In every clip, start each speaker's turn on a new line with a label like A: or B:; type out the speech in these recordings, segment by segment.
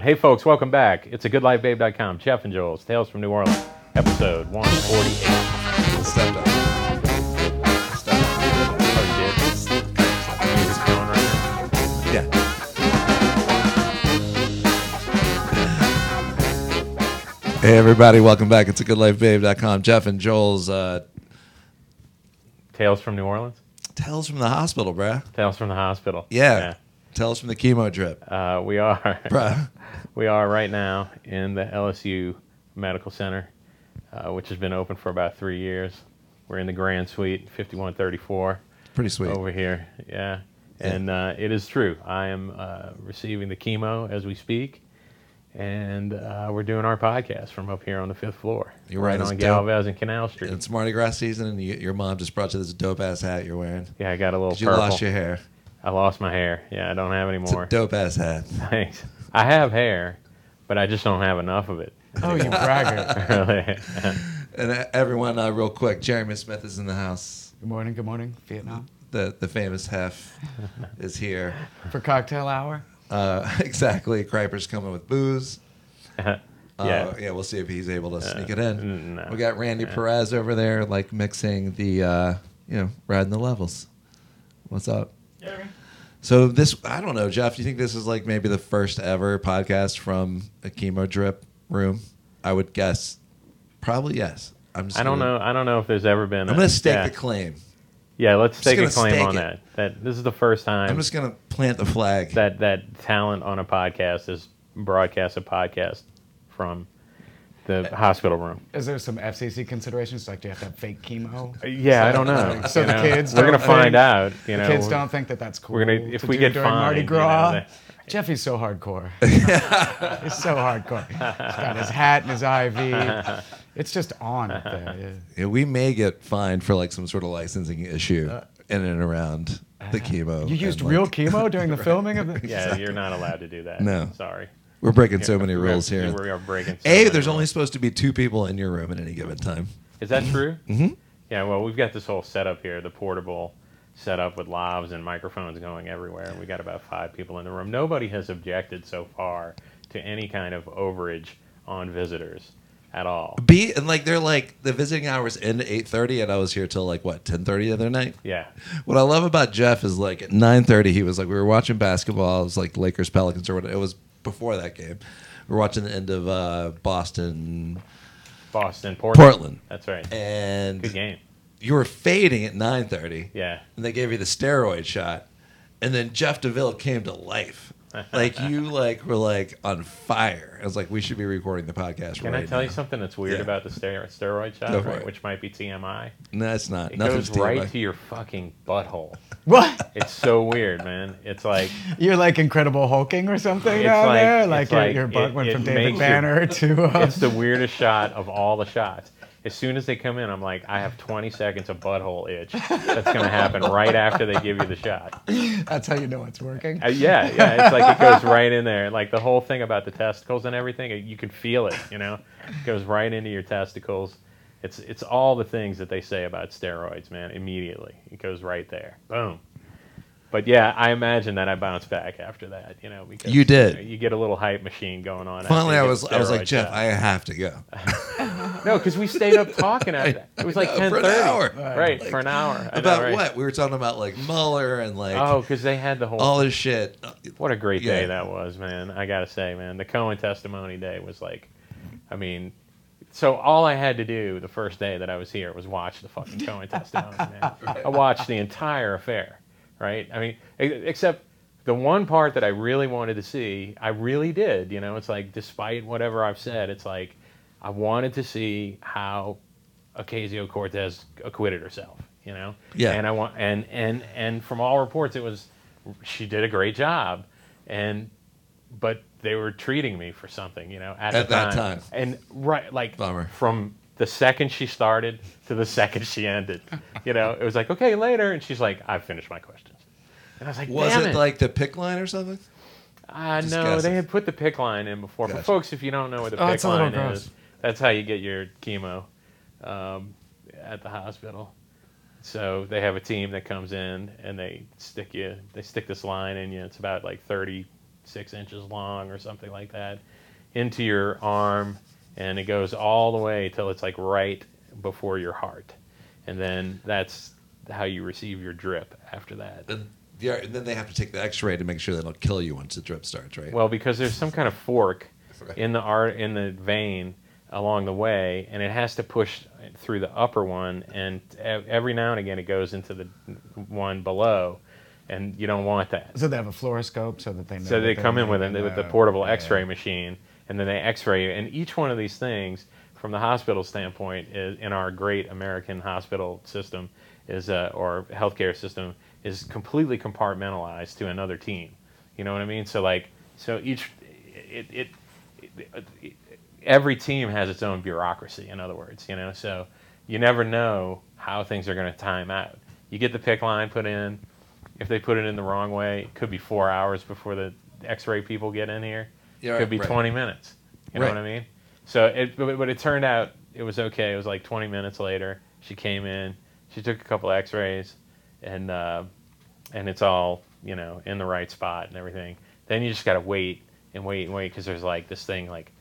A: Hey, folks, welcome back. It's a goodlifebabe.com. Jeff and Joel's Tales from New Orleans, episode 148.
B: Stepped up. Stepped up.
A: Oh, you did? It's going right
B: Yeah. Hey everybody, welcome back. It's a goodlifebabe.com. Jeff and Joel's uh,
A: now. Tales from New Orleans?
B: Tales from the hospital, bruh.
A: Tales from the hospital.
B: Yeah. Tales from the chemo trip.
A: Yeah. Uh, we are.
B: Bruh.
A: We are right now in the LSU Medical Center, uh, which has been open for about three years. We're in the Grand Suite, 5134,
B: Pretty sweet.
A: over here. Yeah. And uh, it is true. I am uh, receiving the chemo as we speak, and uh, we're doing our podcast from up here on the fifth floor.
B: You're right, it's
A: on
B: dope.
A: Galvez and Canal Street.
B: It's Mardi Gras season and you, your mom just brought you this dope ass hat you're wearing.
A: yeah, I got a little
B: You
A: purple.
B: lost your hair.
A: I lost my hair. Yeah, I don't have any
B: It's a
A: more.
B: dope ass hat.
A: Thanks. I have hair, but I just don't have enough of it.
C: Oh, you braggart.
A: Really.
B: And uh, everyone, uh, real quick, Jeremy Smith is in the house.
C: Good morning, good morning, Vietnam.
B: The the famous hef is here.
C: For cocktail hour?
B: Uh, exactly. Kriper's coming with booze. Uh,
A: Uh-huh. yeah. Uh,
B: yeah, we'll see if he's able to sneak it in.
A: no.
B: We got Randy Perez over there, like mixing the, uh, you know, riding the levels. What's up? So this, I don't know, Jeff. Do you think this is like maybe the first ever podcast from a chemo drip room? I would guess, probably yes. I'm. Just
A: I don't
B: gonna-
A: know. I don't know if there's ever been.
B: I'm gonna stake
A: yeah.
B: the claim.
A: Yeah, let's take a
B: gonna
A: claim
B: stake
A: on
B: it.
A: that. That this is the first time
B: I'm just gonna plant the flag.
A: that that talent on a podcast is broadcast a podcast from the hospital room.
C: Is there some FCC considerations? Like, do you have to have fake chemo?
A: Yeah, I don't know.
C: Uh, So
A: you
C: the
A: know.
C: kids
A: we're gonna
C: don't
A: find
C: think-
A: out. You
C: The
A: know,
C: kids don't think that that's cool.
A: we're gonna- if
C: to
A: we
C: do
A: get
C: during Mardi
A: fined, you know,
C: Gras.
A: they-
C: Jeffy's so hardcore. He's so hardcore. He's got his hat and his IV. It's just on up there. yeah.
B: Yeah, we may get fined for like some sort of licensing issue
A: Uh,
B: in and around the chemo.
C: You used
B: and, like,
C: real chemo during the filming of the.
A: Yeah, you're not allowed to do that.
B: No.
A: sorry.
B: We're breaking so many rules
A: We're-
B: here.
A: We are breaking. so
B: A,
A: many
B: there's only
A: rules.
B: supposed to be two people in your room at any given time.
A: Is that true? Mm-hmm. Yeah. Well, we've got this whole setup here, the portable setup with lives and microphones going everywhere. We got about five people in the room. Nobody has objected so far to any kind of overage on visitors at all.
B: B, and like they're like the visiting hours end at 8:30, and I was here till like what 10:30 the other night.
A: Yeah.
B: What I love about Jeff is like at 9:30 he was like we were watching basketball. It was like Lakers Pelicans or what. It was before that game. We are watching the end of uh, Boston
A: Boston, Portland.
B: Portland,
A: That's right. Good
B: and
A: game.
B: you were fading at 9:30.
A: Yeah.
B: and they gave you the steroid shot, and then Jeff Deville came to life. Like you, like were like on fire. I was like, we should be recording the podcast.
A: Can
B: right
A: I tell
B: now.
A: you something that's weird
B: Yeah.
A: about the stero- steroid shot,
B: Go for
A: right,
B: it.
A: which might be TMI?
B: No, it's not.
A: It
B: Nothing's
A: goes right
B: TMI.
A: to your fucking butthole.
C: What?
A: It's so weird, man. It's like
C: You're like Incredible Hulking or something
A: It's
C: down
A: like-
C: there?
A: it's
C: Like, your,
A: like
C: your butt
A: it-
C: went
A: it
C: from
A: makes
C: David
A: you-
C: Banner to. Uh,
A: it's the weirdest shot of all the shots. As soon as they come in, I'm like, I have 20 seconds of butthole itch. That's gonna happen right after they give you the shot.
C: That's how you know it's working.
A: Uh, yeah, yeah. It's like it goes right in there. Like the whole thing about the testicles and everything, you can feel it. You know, it goes right into your testicles. It's it's all the things that they say about steroids, man. Immediately, it goes right there. Boom. But yeah, I imagine that I bounced back after that. You know, because
B: You did.
A: know, You, get a little hype machine going on. after
B: Finally,
A: you
B: I
A: get
B: was,
A: the
B: I was
A: steroid
B: like, Jeff,
A: shot.
B: I have to go.
A: No, because we stayed up talking after that. It was like
B: No,
A: ten
B: for an
A: thirty.
B: hour.
A: Right, for an hour. I know,
B: About
A: right.
B: what? We were talking about like Mueller and like
A: Oh, because they had the whole.
B: all this shit.
A: what a great day
B: yeah.
A: that was, man! I gotta say, man, the Cohen testimony day was like, I mean, so all I had to do the first day that I was here was watch the fucking Cohen testimony, man. I watched the entire affair, right? I mean, e- except the one part that I really wanted to see, I really did. You know, it's like despite whatever I've said, it's like I wanted to see how Ocasio Cortez acquitted herself. You know,
B: Yeah.
A: And I want and and and from all reports, it was she did a great job, and but they were treating me for something, you know, at,
B: At
A: the
B: that time.
A: And right, like
B: Bummer.
A: from the second she started to the second she ended, you know, it was like okay later, and she's like, I've finished my questions, and I was like,
B: Was
A: Damn
B: it like the pick line or something?
A: uh,
B: Just
A: no,
B: guesses.
A: they had put the pick line in before. For
B: Gotcha.
A: folks, if you don't know what the
C: Oh,
A: pick
C: it's a little
A: line
C: gross.
A: is, that's how you get your chemo um, at the hospital. So they have a team that comes in and they stick you, they stick this line in you. It's about like 30 six inches long or something like that into your arm, and it goes all the way till it's like right before your heart, and then that's how you receive your drip after that.
B: And, yeah, and then they have to take the X-ray to make sure they don't kill you once the drip starts, right?
A: Well, because there's some kind of fork
B: Right.
A: in the art in the vein along the way, and it has to push through the upper one, and e- every now and again it goes into the one below, and you don't want that.
C: So they have a fluoroscope so that they know.
A: So
C: what
A: they
C: they're
A: come in with it
C: doing.
A: with the
C: Uh,
A: portable
C: yeah.
A: X-ray machine, and then they X-ray you. And each one of these things, from the hospital standpoint, is, in our great American hospital system, is uh, or healthcare system, is completely compartmentalized to another team. You know what I mean? So like, so each, it, it, it, it every team has its own bureaucracy. In other words, you know, so you never know how things are going to time out. You get the pick line put in. If they put it in the wrong way, it could be four hours before the X-ray people get in here.
B: Yeah,
A: could be
B: right.
A: 20 minutes. You know
B: Right.
A: what I mean? So it, but, but it turned out it was okay. It was like 20 minutes later. She came in. She took a couple X-rays, and uh, and it's all you know in the right spot and everything. Then you just gotta wait and wait and wait because there's like this thing like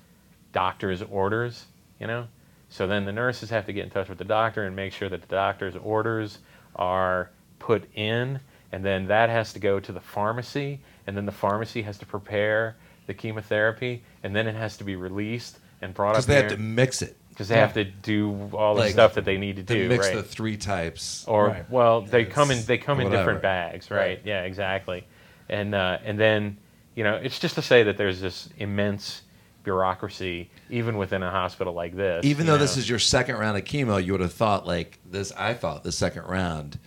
A: doctor's orders, you know. So then the nurses have to get in touch with the doctor and make sure that the doctor's orders are put in, and then that has to go to the pharmacy, and then the pharmacy has to prepare the chemotherapy, and then it has to be released and brought up
B: Because they have
A: here
B: to mix it.
A: because they have to do all the
B: Like,
A: stuff that they need to
B: They
A: do,
B: mix
A: right?
B: the three types.
A: or
C: Right.
A: well they
B: It's
A: come in they come in
B: whatever.
A: different bags right,
B: Right.
A: yeah exactly and uh, and then you know it's just to say that there's this immense bureaucracy even within a hospital like this
B: Even
A: you
B: though this
A: know.
B: is your second round of chemo, you would have thought like this. I thought the second round,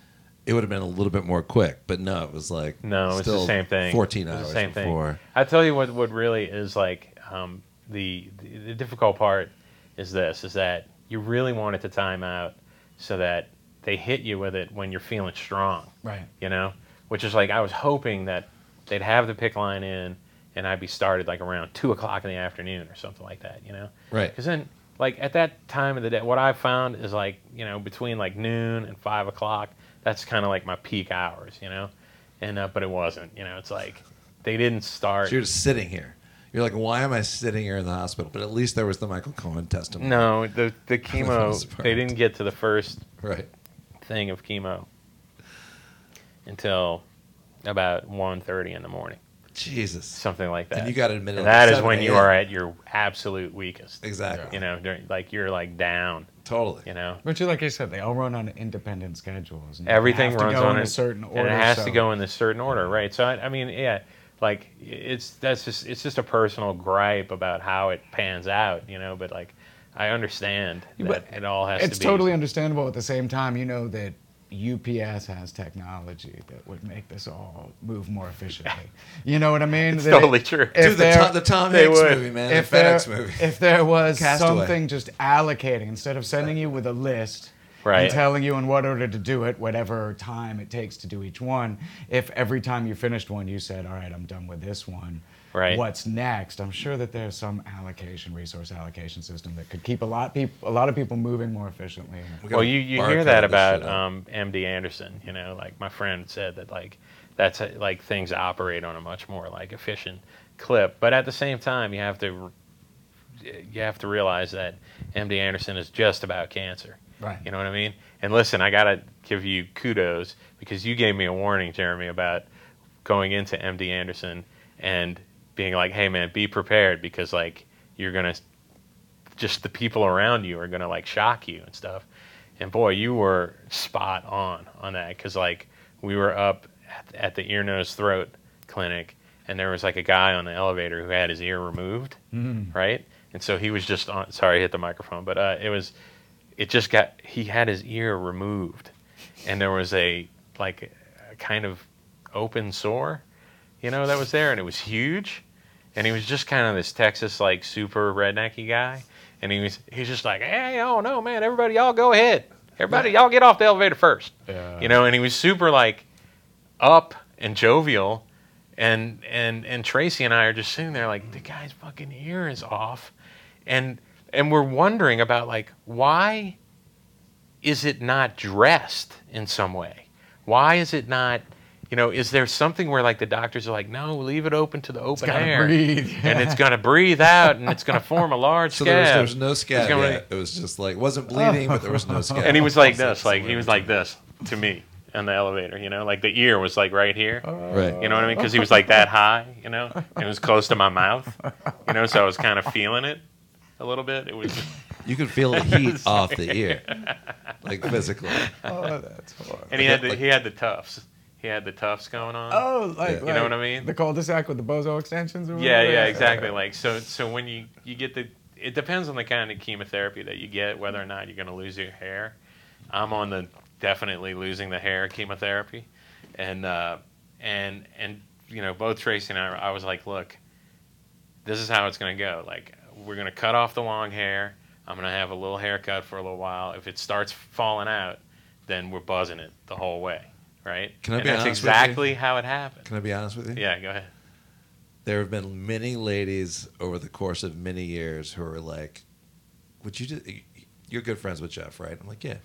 B: it would have been a little bit more quick, but no, it was like
A: no it's
B: still
A: the same thing
B: Fourteen
A: It's
B: hours
A: the same
B: before.
A: thing i tell you what what really is like um, the, the the difficult part is this is that you really want it to time out so that they hit you with it when you're feeling strong
C: Right.
A: you know, which is like I was hoping that they'd have the pick line in and I'd be started like around two o'clock in the afternoon or something like that, you know,
B: Right.
A: because then like at that time of the day, what I found is like you know between like noon and five o'clock, that's kind of like my peak hours, you know, and uh, but it wasn't, you know, it's like they didn't start.
B: So you're just sitting here. You're like, why am I sitting here in the hospital? But at least there was the Michael Cohen testimony.
A: no, the the
B: most
A: chemo
B: part.
A: they didn't get to the first
B: Right.
A: thing of chemo until about 1.30 in the morning.
B: Jesus.
A: something like that.
B: And you got admitted
A: And
B: like
A: that is
B: 7
A: when you
B: a.m..
A: are at your absolute weakest.
B: Exactly.
A: You know, during, like you're like down.
B: Totally.
A: You know,
C: But you, like you said, they all run on independent schedules. and you
A: everything
C: have to
A: runs
C: go
A: on
C: in
A: it-
C: a certain order.
A: and it has to
C: so-
A: go in this certain order, right? So I, I mean, yeah, like it's that's just it's just a personal gripe about how it pans out, you know. But like, I understand
C: But
A: that it all has
C: It's
A: to be.
C: totally understandable. At the same time, you know that UPS has technology that would make this all move more efficiently. You know what I mean?
A: It's
C: That it-
A: totally true.
C: if
B: Dude, the,
C: they're-
B: Tom, the Tom
A: they
B: Hanks
A: would.
B: movie, man.
C: if
B: the
C: there,
B: FedEx movie.
C: if there was
B: Castaway.
C: something just allocating instead of sending you with a list
A: Right.
C: and telling you in what order to do it, whatever time it takes to do each one, if every time you finished one you said, "All right, I'm done with this one."
A: Right.
C: What's next? I'm sure that there's some allocation, resource allocation system that could keep a lot people, a lot of people moving more efficiently.
B: We gotta
A: Well, you, you hear
B: barcode
A: that
B: this
A: about
B: shit out.
A: um, MD Anderson. You know, like my friend said that like that's how- like things operate on a much more like efficient clip. But at the same time, you have to you have to realize that MD Anderson is just about cancer.
C: Right.
A: You know what I mean? And listen, I gotta give you kudos because you gave me a warning, Jeremy, about going into MD Anderson and being like, "Hey, man, be prepared because like you're gonna just the people around you are gonna like shock you and stuff. And boy, you were spot on on that because like we were up at, at the ear, nose, throat clinic, and there was like a guy on the elevator who had his ear removed, right? And so he was just on. Sorry, I hit the microphone, but uh, it was it just got he had his ear removed, and there was a like a kind of open sore, you know, that was there, and it was huge and he was just kind of this Texas like super rednecky guy, and he was he's just like, hey, oh no, man, everybody, y'all go ahead, everybody, y'all get off the elevator first,
C: Yeah.
A: you know, and he was super like up and jovial, and and and Tracy and I are just sitting there like the guy's fucking ear is off, and and we're wondering about like why is it not dressed in some way? Why is it not you know, is there something where like the doctors are like, no, leave it open to the open
C: gotta
A: air,
C: breathe,
A: and it's gonna breathe out, and it's gonna form a large
B: So there was,
A: scab.
B: there was no
A: It's
B: scab
A: gonna-
B: yet. It was just like wasn't bleeding, but there was no scab.
A: and he was like this,
B: That's
A: like he was like this to me on the elevator. You know, like the ear was like right here.
B: right.
A: You know what I mean? Because he was like that high, you know, and it was close to my mouth, you know, so I was kind of feeling it a little bit. It was,
B: You could feel the heat off the ear, like physically.
C: Oh, that's horrible.
A: and he had the, he had the tufts, he had the tufts going on.
C: Oh,
B: You
C: like,
A: know
C: like
A: what I mean?
C: The cul-de-sac with the bozo extensions. Or
A: yeah,
C: whatever?
A: yeah, exactly. Like so, so when you you get the, it depends on the kind of chemotherapy that you get, whether or not you're going to lose your hair. I'm on the definitely losing the hair chemotherapy, and uh, and and you know both Tracy and I, I was like, look, this is how it's going to go. Like we're going to cut off the long hair. I'm going to have a little haircut for a little while. If it starts falling out, then we're buzzing it the whole way, right?
B: Can I
A: and
B: be
A: that's
B: honest with you?
A: exactly how it happened.
B: Can I be honest with you?
A: Yeah, go ahead.
B: There have been many ladies over the course of many years who are like, "Would you do? You're good friends with Jeff, right?" I'm like, "Yeah."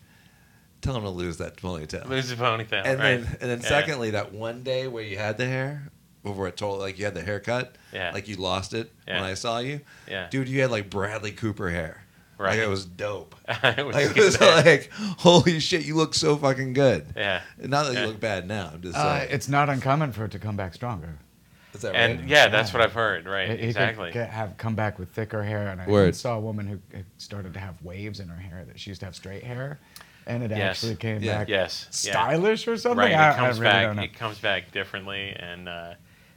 B: Tell him to lose that ponytail.
A: Lose the ponytail. right?
B: and then and then
A: Yeah.
B: secondly, that one day where you had the hair over at Toll, like you had the haircut,
A: Yeah.
B: like you lost it
A: Yeah.
B: when I saw you,
A: Yeah.
B: dude. You had like Bradley Cooper hair,
A: Right.
B: Like it was dope.
A: It was
B: Like it
A: good
B: was
A: there.
B: like, holy shit, you look so fucking good.
A: yeah.
B: Not that
A: Yeah.
B: you look bad now. I'm just
C: Uh,
B: saying.
C: it's not uncommon for it to come back stronger.
B: Is that
A: And
B: right?
A: yeah, that's
C: Yeah.
A: what I've heard, right?
C: It- it could
A: exactly.
C: get- have come back with thicker hair, and I even
B: Word.
C: saw a woman who who started to have waves in her hair that she used to have straight hair, and it
A: Yes.
C: actually came
B: Yeah.
C: back
A: yes. yeah.
C: stylish or something.
A: Right.
C: I,
A: It comes
C: I really
A: back
C: don't know.
A: it comes back differently and uh,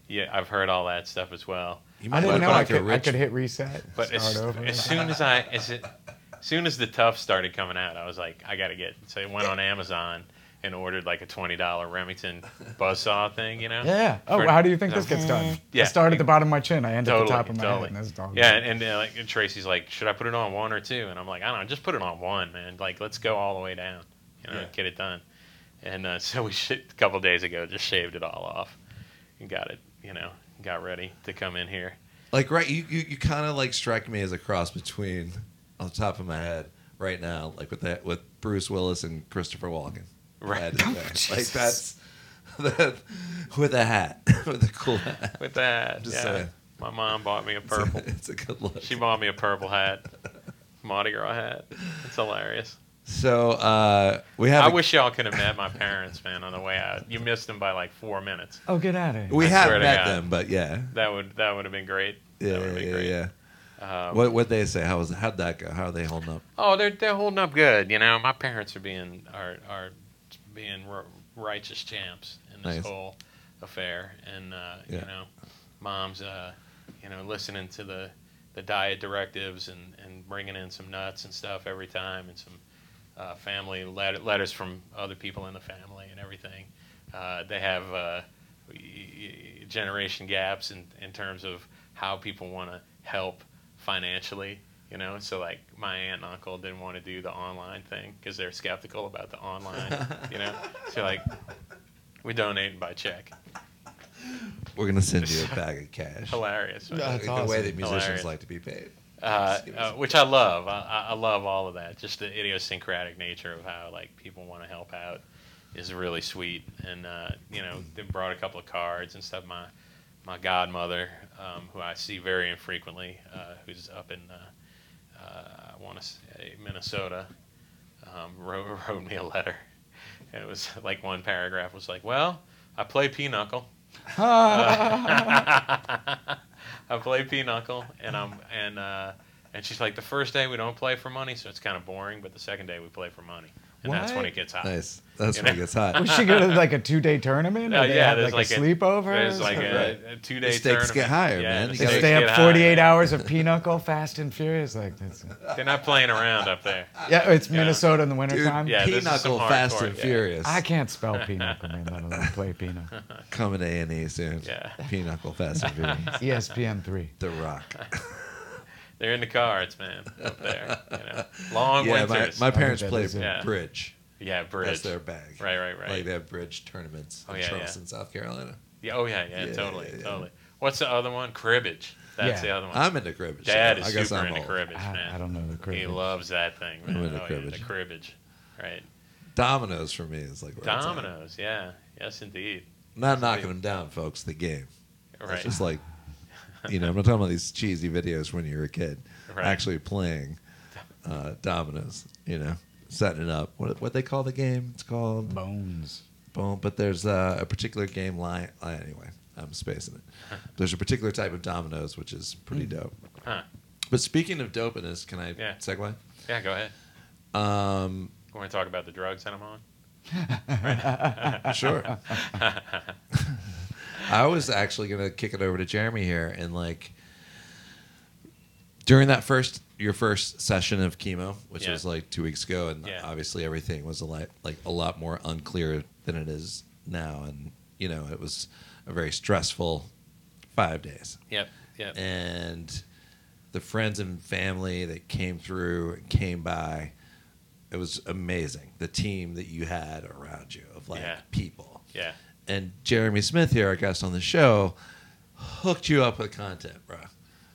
A: yeah, I've heard all that stuff as well.
B: You
C: I
B: might
C: didn't
B: look
C: know I
B: like a
C: could, I
B: rich.
C: could hit reset,
A: But
C: start
A: as,
C: over.
A: as soon as I as it as soon as the tuff started coming out, I was like, I gotta get so I went on Amazon and ordered like a twenty dollar Remington buzzsaw thing, you know?
C: yeah. Oh,
A: For-
C: how do you think this
A: so-
C: gets done?
A: Yeah.
C: I start at the bottom of my chin. I end
A: Totally,
C: at the top of my
A: totally.
C: head. And this dog
A: yeah, and, and uh, like and Tracy's like, should I put it on one or two? And I'm like, I don't know, just put it on one, man. Like, let's go all the way down, you know,
B: Yeah.
A: get it done. And uh, so we sh- a couple days ago just shaved it all off and got it, you know, got ready to come in here.
B: Like right, you you, you kind of like strike me as a cross between on the top of my head right now, like with that with Bruce Willis and Christopher Walken.
A: Right. Oh,
B: That- that- like that's that with a hat, with a cool hat.
A: With that,
B: Just
A: yeah,
B: saying.
A: my mom bought me a purple.
B: It's a good look.
A: she bought me a purple hat, Mardi Gras hat. It's hilarious.
B: So uh, we have
A: I
B: a-
A: wish y'all could have met my parents, man, on the way out. You missed them by like four minutes.
C: Oh, get out of here.
B: we
A: I
B: have
A: swear to
B: met
A: God.
B: them, but yeah,
A: That would that would have been great.
B: yeah,
A: that would
B: yeah,
A: have been
B: yeah.
A: great.
B: yeah.
A: Um,
B: What what they say? How was how'd that go? How are they holding up?
A: Oh, they're they're holding up good. You know, my parents are being are are being r- righteous champs in this
B: Nice.
A: whole affair, and uh, you
B: Yeah.
A: know, mom's uh, you know listening to the the diet directives and and bringing in some nuts and stuff every time, and some uh, family let- letters from other people in the family and everything. Uh, they have uh, y- y- generation gaps in, in terms of how people want to help financially, you know? So, like, my aunt and uncle didn't want to do the online thing because they're skeptical about the online, you know? So, like, we donate by check.
B: We're gonna send you a bag of cash.
A: Hilarious. right?
C: That's
B: the way
C: awesome.
B: that musicians
A: Hilarious.
B: like to be paid.
A: uh,
B: Just give us
A: uh, which I love. I, I- I love all of that. Just the idiosyncratic nature of how like people want to help out is really sweet. And uh, you know, they brought a couple of cards and stuff. My my godmother, um, who I see very infrequently, uh, who's up in uh, uh, I want to say Minnesota, um, wrote, wrote me a letter. And it was like one paragraph was like, "Well, I play pinochle." I play pinochle, and I'm and uh, and she's like, the first day we don't play for money, so it's kind of boring, but the second day we play for money, and that's when
C: What?
A: it gets hot.
B: Nice. That's
A: uh, You
B: when it
A: know?
B: gets hot.
C: Was she going to like a two-day tournament?
A: Uh,
C: Or they
A: yeah,
C: had,
A: there's
C: like,
A: like
C: a
A: a-
C: sleepover.
A: There's like a, two day.
B: The stakes get higher, man. You
C: They
B: gotta-
C: stay up 48 hours of pinochle, fast and furious. Like that's,
A: They're not playing around up there.
C: yeah, it's
A: Yeah.
C: Minnesota in the wintertime.
B: Dude,
A: Yeah, this is
B: Pinochle,
A: some
B: Fast
A: hardcore,
B: and
A: yeah.
B: Furious.
C: I can't spell pinochle, man. Let alone play pinochle.
B: Coming to A&E soon.
A: Yeah.
B: Pinochle, Fast and Furious.
C: E ESPN three.
B: the Rock.
A: They're in the cards, man, up there. You know? Long
B: yeah, my,
A: winters.
B: my parents
C: that
B: play
C: is it.
A: Yeah.
B: bridge.
A: yeah, bridge.
B: That's their bag.
A: Right, right, right.
B: Like they have bridge tournaments
A: Oh,
B: in
A: yeah, yeah.
B: Charleston, South Carolina.
A: yeah, oh yeah, yeah,
B: Yeah,
A: totally,
B: yeah, yeah.
A: totally. What's the other one? Cribbage. That's
C: Yeah.
A: the other one.
B: I'm into cribbage.
A: Dad
B: so
A: is
B: I guess
A: super
B: I'm
A: into
B: old.
A: cribbage, man.
C: Ah, I, I don't know the
A: He
C: correct.
A: loves that thing, man.
B: I'm into
A: oh, Yeah,
B: cribbage.
A: the cribbage. Right.
B: Dominoes for me is like where it's at.
A: Dominoes, yeah. Yes, indeed.
B: Not knocking them down, folks. The game.
A: Right.
B: It's just like, you know, I'm not talking about these cheesy videos when you were a kid.
A: Right.
B: Actually playing uh, dominoes, you know, setting it up. What what they call the game? It's called
C: Bones.
B: Boom, but there's uh, a particular game line. uh, Anyway, I'm spacing it. There's a particular type of dominoes which is pretty dope.
A: Huh.
B: But speaking of dopeness, can I
A: Hmm. Yeah.
B: segue?
A: Yeah, go ahead.
B: Um,
A: We're going to talk about the drugs that I'm on.
B: sure. I was actually gonna kick it over to Jeremy here and like during that first your first session of chemo, which
A: Yeah.
B: was like two weeks ago, and
A: Yeah.
B: obviously everything was a lot like a lot more unclear than it is now, and you know it was a very stressful five days.
A: Yep. Yep.
B: and the friends and family that came through and came by it was amazing the team that you had around you of like
A: Yeah.
B: people
A: yeah.
B: and jeremy smith here our guest on the show hooked you up with content bro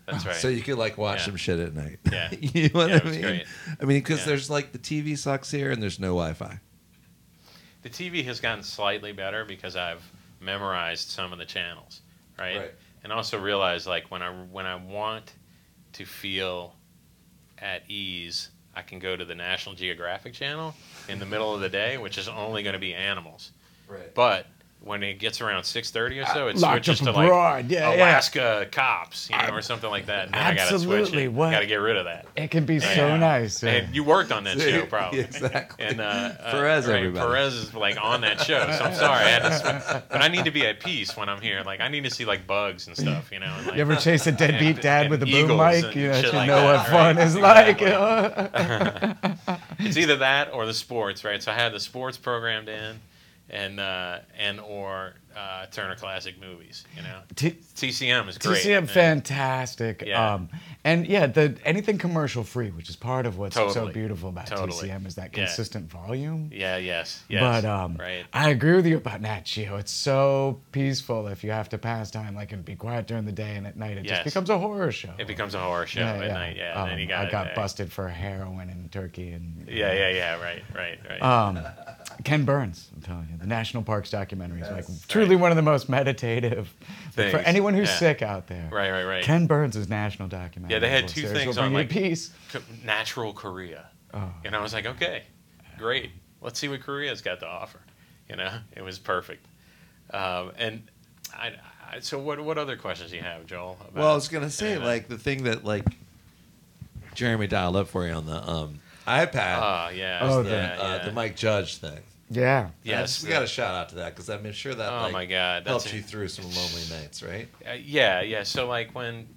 A: That's right.
B: so you could like watch
A: Yeah.
B: some shit at night
A: Yeah.
B: you know what
A: Yeah, it
B: i
A: was
B: mean
A: great.
B: i mean because
A: Yeah.
B: there's like the tv sucks here and there's no wi-fi
A: the TV has gotten slightly better because I've memorized some of the channels, right?
B: Right.
A: And also realized like when I when I want to feel at ease, I can go to the National Geographic channel in the middle of the day, which is only going to be animals.
B: right
A: But when it gets around six thirty or so, it
C: Locked
A: switches
C: up
A: to like
C: abroad. Yeah, yeah.
A: Alaska cops, you know, or something like that. And then I gotta switch
C: Absolutely.
A: it.
C: What-
A: Got to get rid of that.
C: It can be
A: Yeah.
C: so nice. yeah.
A: And you worked on that show, probably.
B: exactly
A: And uh, uh,
B: Perez,
A: right,
B: everybody.
A: Perez is like on that show, so I'm sorry. I had to switch. but I need to be at peace when I'm here. Like I need to see like bugs and stuff, you know. And, like,
C: you ever chase a deadbeat
A: and-
C: dad
A: and
C: with a boom
A: eagles
C: mic?
A: and
C: You know,
A: shit
C: you
A: like
C: know
A: that,
C: what fun
A: right?
C: is
A: Exactly.
C: like.
A: it's either that or the sports, right? So I had the sports programmed in, and uh, and or uh, Turner Classic Movies, you know.
C: T-
A: TCM is great.
C: TCM,
A: man.
C: fantastic.
A: Yeah.
C: Um, and yeah, the anything commercial free, which is part of what's so
A: Totally.
C: beautiful about
A: Totally.
C: TCM, is that
A: Yeah.
C: consistent volume.
A: Yeah. Yes. Yes.
C: but um,
A: right.
C: I agree with you about Nat Geo. It's so peaceful if you have to pass time, like, and be quiet during the day, and at night it
A: Yes.
C: just becomes a horror show.
A: It becomes a horror show at night. Yeah. and then
C: Um,
A: you got
C: I got
A: uh,
C: busted for heroin in Turkey, and
A: Yeah. Yeah. Yeah. Right. Right. Right.
C: Um, Ken Burns, I'm telling you, the National Parks documentary is like truly one of the most meditative but for
A: Things,
C: anyone who's
A: yeah.
C: sick out there.
A: Right, right, right.
C: Ken Burns' national documentary.
A: Yeah, they had
C: will
A: two
C: seriously
A: things
C: bring
A: on,
C: you
A: like-
C: peace. Oh,
A: Co- natural Korea. And I was like, okay, great. Let's see what Korea's got to offer. You know, it was perfect. Um, and I, I, so what? What other questions do you have, Joel? About,
B: Well, I was gonna say
A: uh,
B: like the thing that like Jeremy dialed up for you on the um, iPad,
A: Ah, yeah.
C: Oh,
B: the,
C: the-
A: yeah,
B: uh,
A: yeah.
B: the Mike Judge thing.
C: Yeah.
A: Yes,
B: we got a shout out to that because I'm sure that
A: Oh
B: like,
A: my God, that's
B: helped
A: a-
B: you through some lonely nights, right?
A: Uh, yeah, yeah. So like when,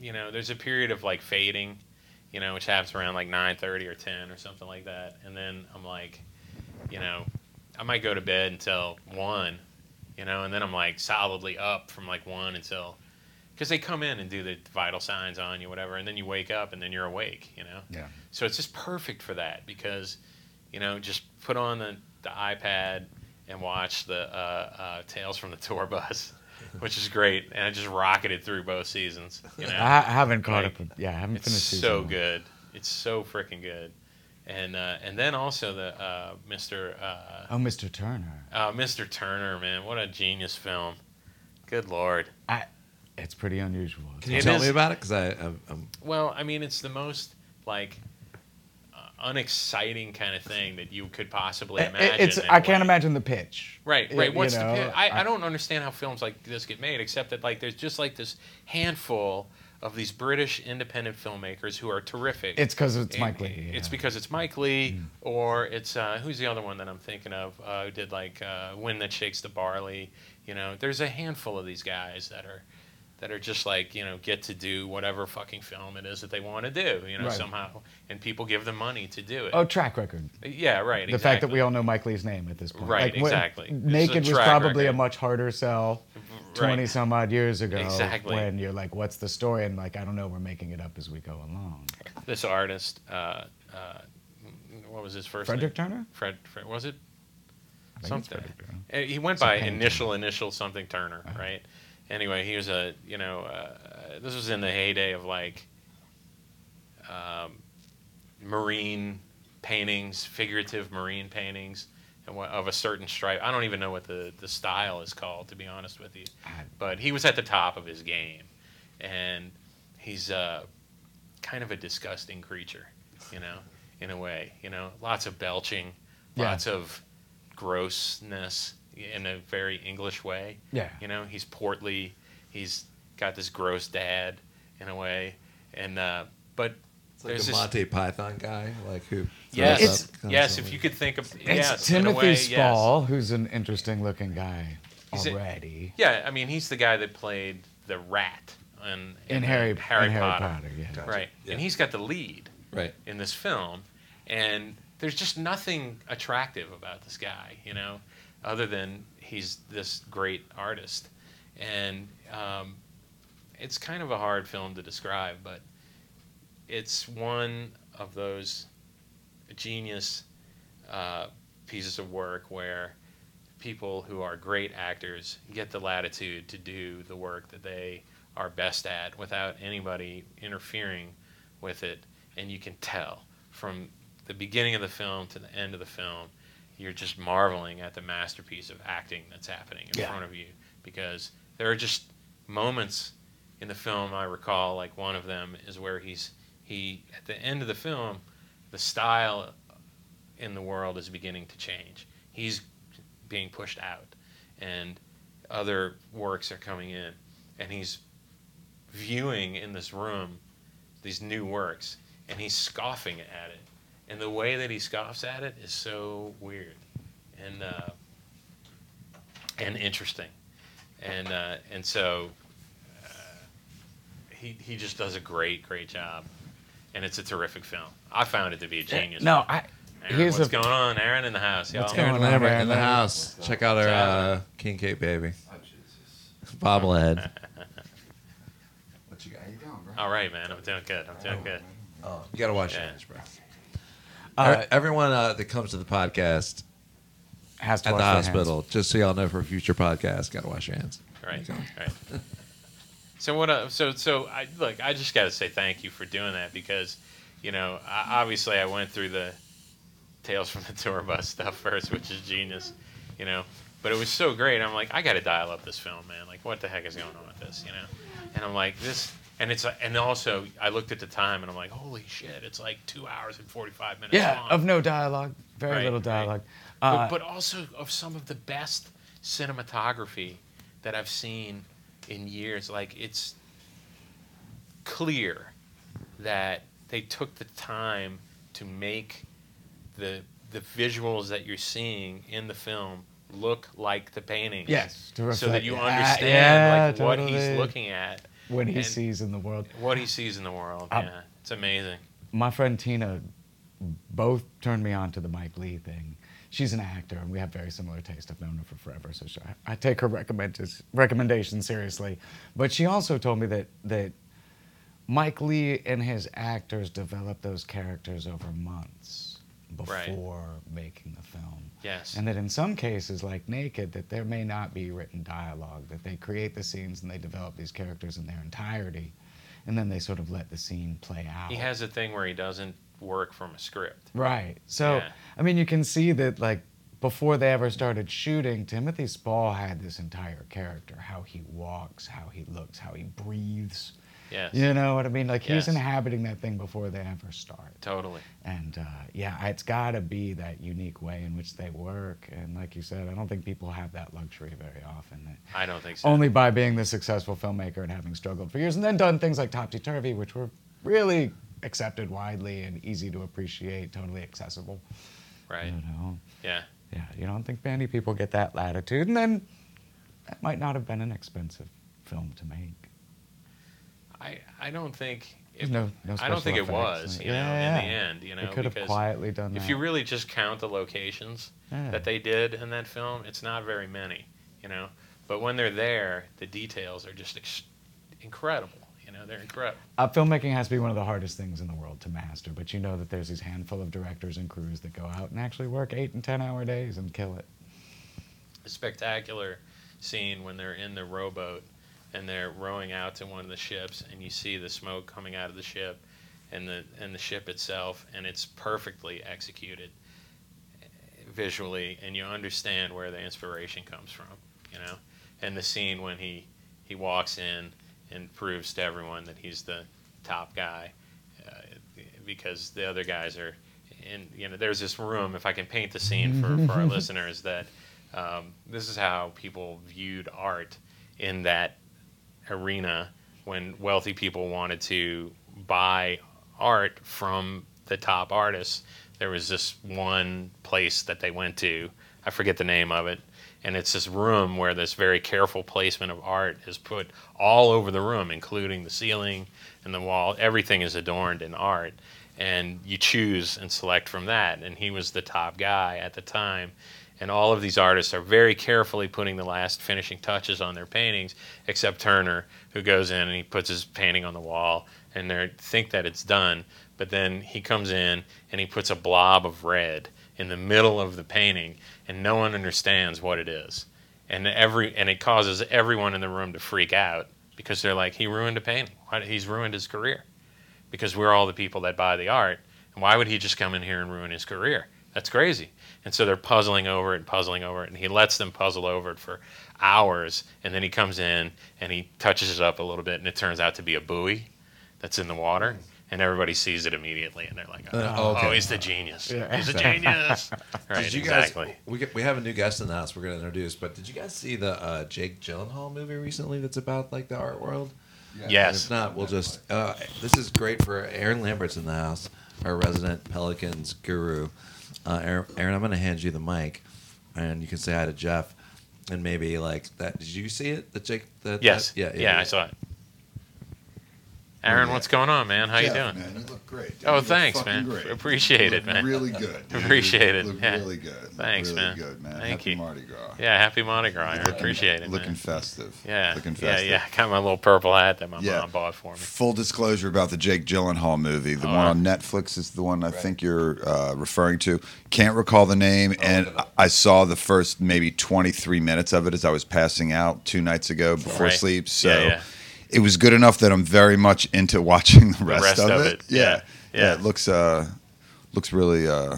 A: you know, there's a period of like fading, you know, which happens around like nine thirty or ten or something like that, and then I'm like, you know, I might go to bed until one, you know, and then I'm like solidly up from like one until, because they come in and do the vital signs on you, whatever, and then you wake up and then you're awake, you know.
C: Yeah.
A: So it's just perfect for that because, you know, just put on the, the iPad and watch the uh, uh, Tales from the Tour Bus, which is great, and I just rocketed through both seasons. You know,
C: I I haven't caught
A: Like,
C: up. with- Yeah, I haven't
A: it's
C: finished season
A: so
C: one.
A: good. It's so freaking good, and uh, and then also the uh, Mr. Uh,
C: Oh, Mr. Turner.
A: uh, Mr. Turner, man, what a genius film! Good lord.
C: I, it's pretty unusual. It's
B: Can you
A: It
B: tell
A: is-
B: me about it? Because I, I'm, I'm
A: Well, I mean, it's the most like uh, unexciting kind of thing that you could possibly
C: It-
A: imagine.
C: it's
A: in a
C: I can't
A: way.
C: imagine the pitch.
A: Right,
C: It-
A: right.
C: you
A: What's
C: know,
A: the pit? I, I don't understand how films like this get made, except that like there's just like this handful of these British independent filmmakers who are terrific.
C: It's because it's
A: And
C: Mike Lee.
A: It's
C: yeah. Mm.
A: because it's Mike Lee, or it's uh, who's the other one that I'm thinking of uh, who did like uh, "Wind That Shakes the Barley." You know, there's a handful of these guys that are that are just like you know get to do whatever fucking film it is that they want to do. You know,
C: Right.
A: somehow, and people give them money to do it.
C: oh track record.
A: yeah, right.
C: The fact that we
A: exactly.
C: all know Mike Lee's name at this point.
A: Right,
C: Like, when-
A: exactly. It's a
C: Naked was
A: track
C: probably a
A: record.
C: much harder sell 20
A: Right.
C: some odd years ago.
A: Exactly.
C: When you're like, what's the story? And like, I don't know, we're making it up as we go along.
A: this artist. Uh, uh, what was his first
C: Frederick
A: name?
C: Turner?
A: Fred, Fred was it
C: I think it's
A: something?
C: Frederick Turner.
A: Uh, He went by
C: Something.
A: initial initial something Turner,
C: Uh-huh.
A: right? Anyway, he was a you know uh, this was in the heyday of like um, marine paintings, figurative marine paintings, and of a certain stripe. I don't even know what the, the style is called, to be honest with you. But he was at the top of his game, and he's uh, kind of a disgusting creature, you know, in a way. You know, lots of belching,
C: Yeah.
A: lots of grossness in a very English way.
C: Yeah.
A: You know, he's portly. He's got this gross dad in a way, and uh, but
B: It's like
A: there's
B: the
A: this-
B: Monty Python guy, like who.
A: Yes,
B: throws
C: It's-
B: up
A: yes. If
B: constantly.
A: you could think of
C: It's
A: yes, in a
C: Timothy
A: way, yes.
C: Spall, who's an interesting looking guy
A: He's a-
C: already.
A: Yeah, I mean, he's the guy that played the rat in,
C: in, Harry,
A: Harry
C: in
A: Potter.
C: Harry Potter, yeah.
A: Right.
B: Yeah.
A: And he's got the lead
B: Right.
A: in this film, and there's just nothing attractive about this guy, you know, other than he's this great artist. And um, it's kind of a hard film to describe, but it's one of those genius uh, pieces of work where people who are great actors get the latitude to do the work that they are best at without anybody interfering with it. And you can tell from the beginning of the film to the end of the film, you're just marveling at the masterpiece of acting that's happening in
C: Yeah.
A: front of you because there are just moments in the film I recall like one of them is where he's he at the end of the film the style in the world is beginning to change. He's being pushed out, and other works are coming in, and he's viewing in this room these new works, and he's scoffing at it, and the way that he scoffs at it is so weird, and uh, and interesting, and uh, and so. uh, He, he just does a great, great job. And it's a terrific film. I found it to be a genius.
C: Eh, No, I.
A: Aaron,
C: Here's
A: what's
C: a
A: going on? Aaron in the house, y'all.
C: What's going
B: Aaron
C: on,
B: Lambert in
C: Aaron
B: the
C: Lambert?
B: house. Check out our uh, King Kate baby.
D: Oh, Jesus.
B: Bobblehead. What you got?
D: How you doing, bro?
A: All right, man. I'm doing good. I'm doing good.
B: Oh, you gotta watch
A: Yeah.
B: it, bro.
C: uh,
B: E- Everyone uh, that comes to the podcast
C: has to
B: at
C: wash
B: the
C: their hands.
B: hospital, just so y'all know for future podcasts, gotta wash your hands.
A: All right. All right. So what? Uh, so so I look. I just got to say thank you for doing that because, you know, I, obviously I went through the tales from the tour bus stuff first, which is genius, you know. But it was so great. I'm like, I got to dial up this film, man. Like, what the heck is going on with this, you know? And I'm like, this. And it's uh, and also I looked at the time and I'm like, holy shit! It's like two hours and forty five minutes.
C: Yeah,
A: long.
C: of no dialogue, very
A: Right,
C: little
A: right.
C: dialogue. Uh,
A: but, but also of some of the best cinematography that I've seen in years. Like it's clear that they took the time to make the the visuals that you're seeing in the film look like the paintings.
C: Yes, to
A: so that
C: reflect-
A: you
C: Yeah,
A: understand
C: yeah,
A: like what
C: totally.
A: he's looking at,
C: when he
A: and-
C: sees in the world,
A: what he sees in the world.
C: Um,
A: yeah, it's amazing.
C: my friend Tina both turned me on to the Mike Lee thing. She's an actor, and we have very similar taste. I've known her for forever, so she, I- I take her recommend- recommendation seriously. But she also told me that that Mike Lee and his actors developed those characters over months
A: Right.
C: before making the film.
A: Yes.
C: And that in some cases, like Naked, that there may not be written dialogue, that they create the scenes and they develop these characters in their entirety, and then they sort of let the scene play out.
A: He has a thing where he doesn't work from a script.
C: Right. So,
A: Yeah.
C: I mean, you can see that, like, before they ever started shooting, Timothy Spall had this entire character how he walks, how he looks, how he breathes.
A: Yes.
C: You know what I mean? Like,
A: Yes.
C: he's inhabiting that thing before they ever start.
A: Totally.
C: And uh, yeah, it's got to be that unique way in which they work. And like you said, I don't think people have that luxury very often. That
A: I don't think so.
C: only by being the successful filmmaker and having struggled for years and then done things like Topsy Turvy, which were really accepted widely and easy to appreciate, totally accessible.
A: right.
C: You know,
A: Yeah.
C: yeah, you don't think many people get that latitude, and then that might not have been an expensive film to make.
A: I, I don't think
C: There's no, no
A: I don't
C: special
A: think it
C: effects,
A: was
C: no-
A: you know
C: Yeah.
A: in the end you know
C: they could have
A: because
C: quietly done that.
A: if you really just count the locations
C: Yeah.
A: that they did in that film it's not very many you know but when they're there the details are just ex- incredible you know they're incredible
C: uh, filmmaking has to be one of the hardest things in the world to master, but you know that there's these handful of directors and crews that go out and actually work eight and ten hour days and kill it.
A: a spectacular scene when they're in the rowboat and they're rowing out to one of the ships and you see the smoke coming out of the ship and the and the ship itself and it's perfectly executed visually and you understand where the inspiration comes from, you know? And the scene when he he walks in and proves to everyone that he's the top guy uh, because the other guys are in you know there's this room if I can paint the scene for, for our listeners that um, this is how people viewed art in that arena when wealthy people wanted to buy art from the top artists. There was this one place that they went to. I forget the name of it. And it's this room where this very careful placement of art is put all over the room, including the ceiling and the wall. Everything is adorned in art. And you choose and select from that. And he was the top guy at the time and all of these artists are very carefully putting the last finishing touches on their paintings, except Turner, who goes in and he puts his painting on the wall, and they think that it's done, but then he comes in and he puts a blob of red in the middle of the painting, and no one understands what it is, and every and it causes everyone in the room to freak out because they're like, he ruined a painting, Why- he's ruined his career, because we're all the people that buy the art, and why would he just come in here and ruin his career? That's crazy. And so they're puzzling over it and puzzling over it, and he lets them puzzle over it for hours, and then he comes in and he touches it up a little bit, and it turns out to be a buoy that's in the water, and everybody sees it immediately, and they're like, "Oh,
B: Mm-hmm. Uh, okay.
A: oh, he's the genius!
C: Yeah.
A: He's a genius!" right?
B: Did you
A: exactly.
B: guys? We, get, we have a new guest in the house. We're going to introduce. But did you guys see the uh, Jake Gyllenhaal movie recently? That's about like the art world. And
A: yes.
B: If not, we'll just. Uh, this is great for Aaron Lambert's in the house, our resident Pelicans guru. Uh, Aaron, Aaron, I'm going to hand you the mic, and you can say hi to Jeff, and maybe like that. Did you see it? The Jake. The,
A: Yes.
B: that- yeah, Oh, yeah.
A: I saw it. Aaron,
D: yeah.
A: what's going on, man? How you
D: Jeff,
A: doing?
D: Man, you look great. dude.
A: Oh,
D: You look
A: thanks,
D: fucking
A: man.
D: Great.
A: Appreciate
D: You
A: it,
D: look
A: man.
D: Really good. dude.
A: Appreciate it,
D: Look
A: yeah.
D: really good. Look
A: Thanks,
D: really
A: man.
D: Good man.
A: Thank
D: Happy
A: you.
D: Mardi Gras.
A: Yeah, happy Mardi Gras. Aaron. Appreciate it.
D: Looking
A: man.
D: festive.
A: Yeah,
D: Looking
A: yeah,
D: festive.
A: yeah. I got my little purple hat that my
D: Yeah.
A: mom bought for me.
D: Full disclosure about the Jake Gyllenhaal movie. The
A: Oh,
D: one
A: yeah.
D: on Netflix is the one I think you're uh, referring to. Can't recall the name.
A: Oh,
D: and I I saw the first maybe 23 minutes of it as I was passing out two nights ago before
A: Right.
D: sleep.
A: Yeah,
D: So
A: yeah.
D: it was good enough that I'm very much into watching the rest,
A: rest
D: of,
A: of
D: it.
A: it.
D: Yeah.
A: Yeah.
D: Yeah.
A: Yeah.
D: It looks, uh, looks really uh,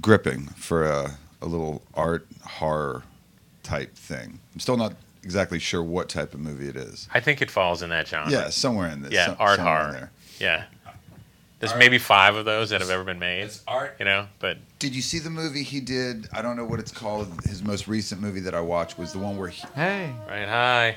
D: gripping for a, a little art horror type thing. I'm still not exactly sure what type of movie it is.
A: I think it falls in that genre.
D: Yeah, somewhere in this.
A: Yeah,
D: some-
A: art
D: somewhere in
A: horror.
D: there.
A: Yeah. There's
B: Art-
A: maybe five of those that have ever been made.
B: It's art.
A: You know, but
D: Did you see the movie he did? I don't know what it's called. His most recent movie that I watched was the one where he,
C: Hey.
A: right, hi.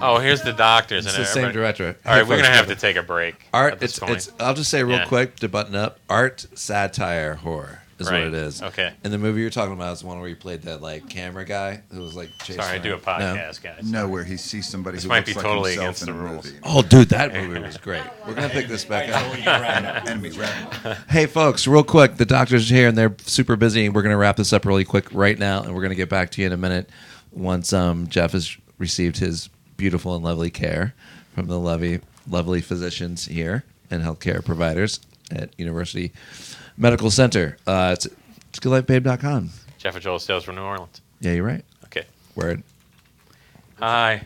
A: Oh, here's the doctors
B: It's
A: and
B: the same
A: everybody.
B: director.
A: All right,
B: Hey,
A: we're
B: folks,
A: gonna have to take a break.
B: Art.
A: at this
B: It's,
A: point.
B: it's. I'll just say real
A: Yeah.
B: quick to button up. Art satire horror is
A: Right.
B: what it is.
A: Okay.
B: And the movie you're talking about is the one where you played that like camera guy who was like chasing.
A: Sorry, I do a
B: around- no?
A: podcast, guys.
D: no, where he sees somebody
A: This
D: who
A: might
D: looks
A: be
D: like
A: totally
D: himself
A: against
D: in
A: the
D: a
A: rules.
D: movie.
B: Oh, dude, that movie was great. We're gonna pick this back up.
D: And we wrap up.
B: Hey, folks, real quick, the doctors are here and they're super busy. We're gonna wrap this up really quick right now, and we're gonna get back to you in a minute once um, Jeff has received his beautiful and lovely care from the lovely, lovely physicians here and healthcare providers at University Medical Center. Uh, it's, it's goodlifebabe.com.
A: Jeff and Joel Sales from New Orleans.
B: Yeah, you're right.
A: Okay.
B: Word.
A: Hi.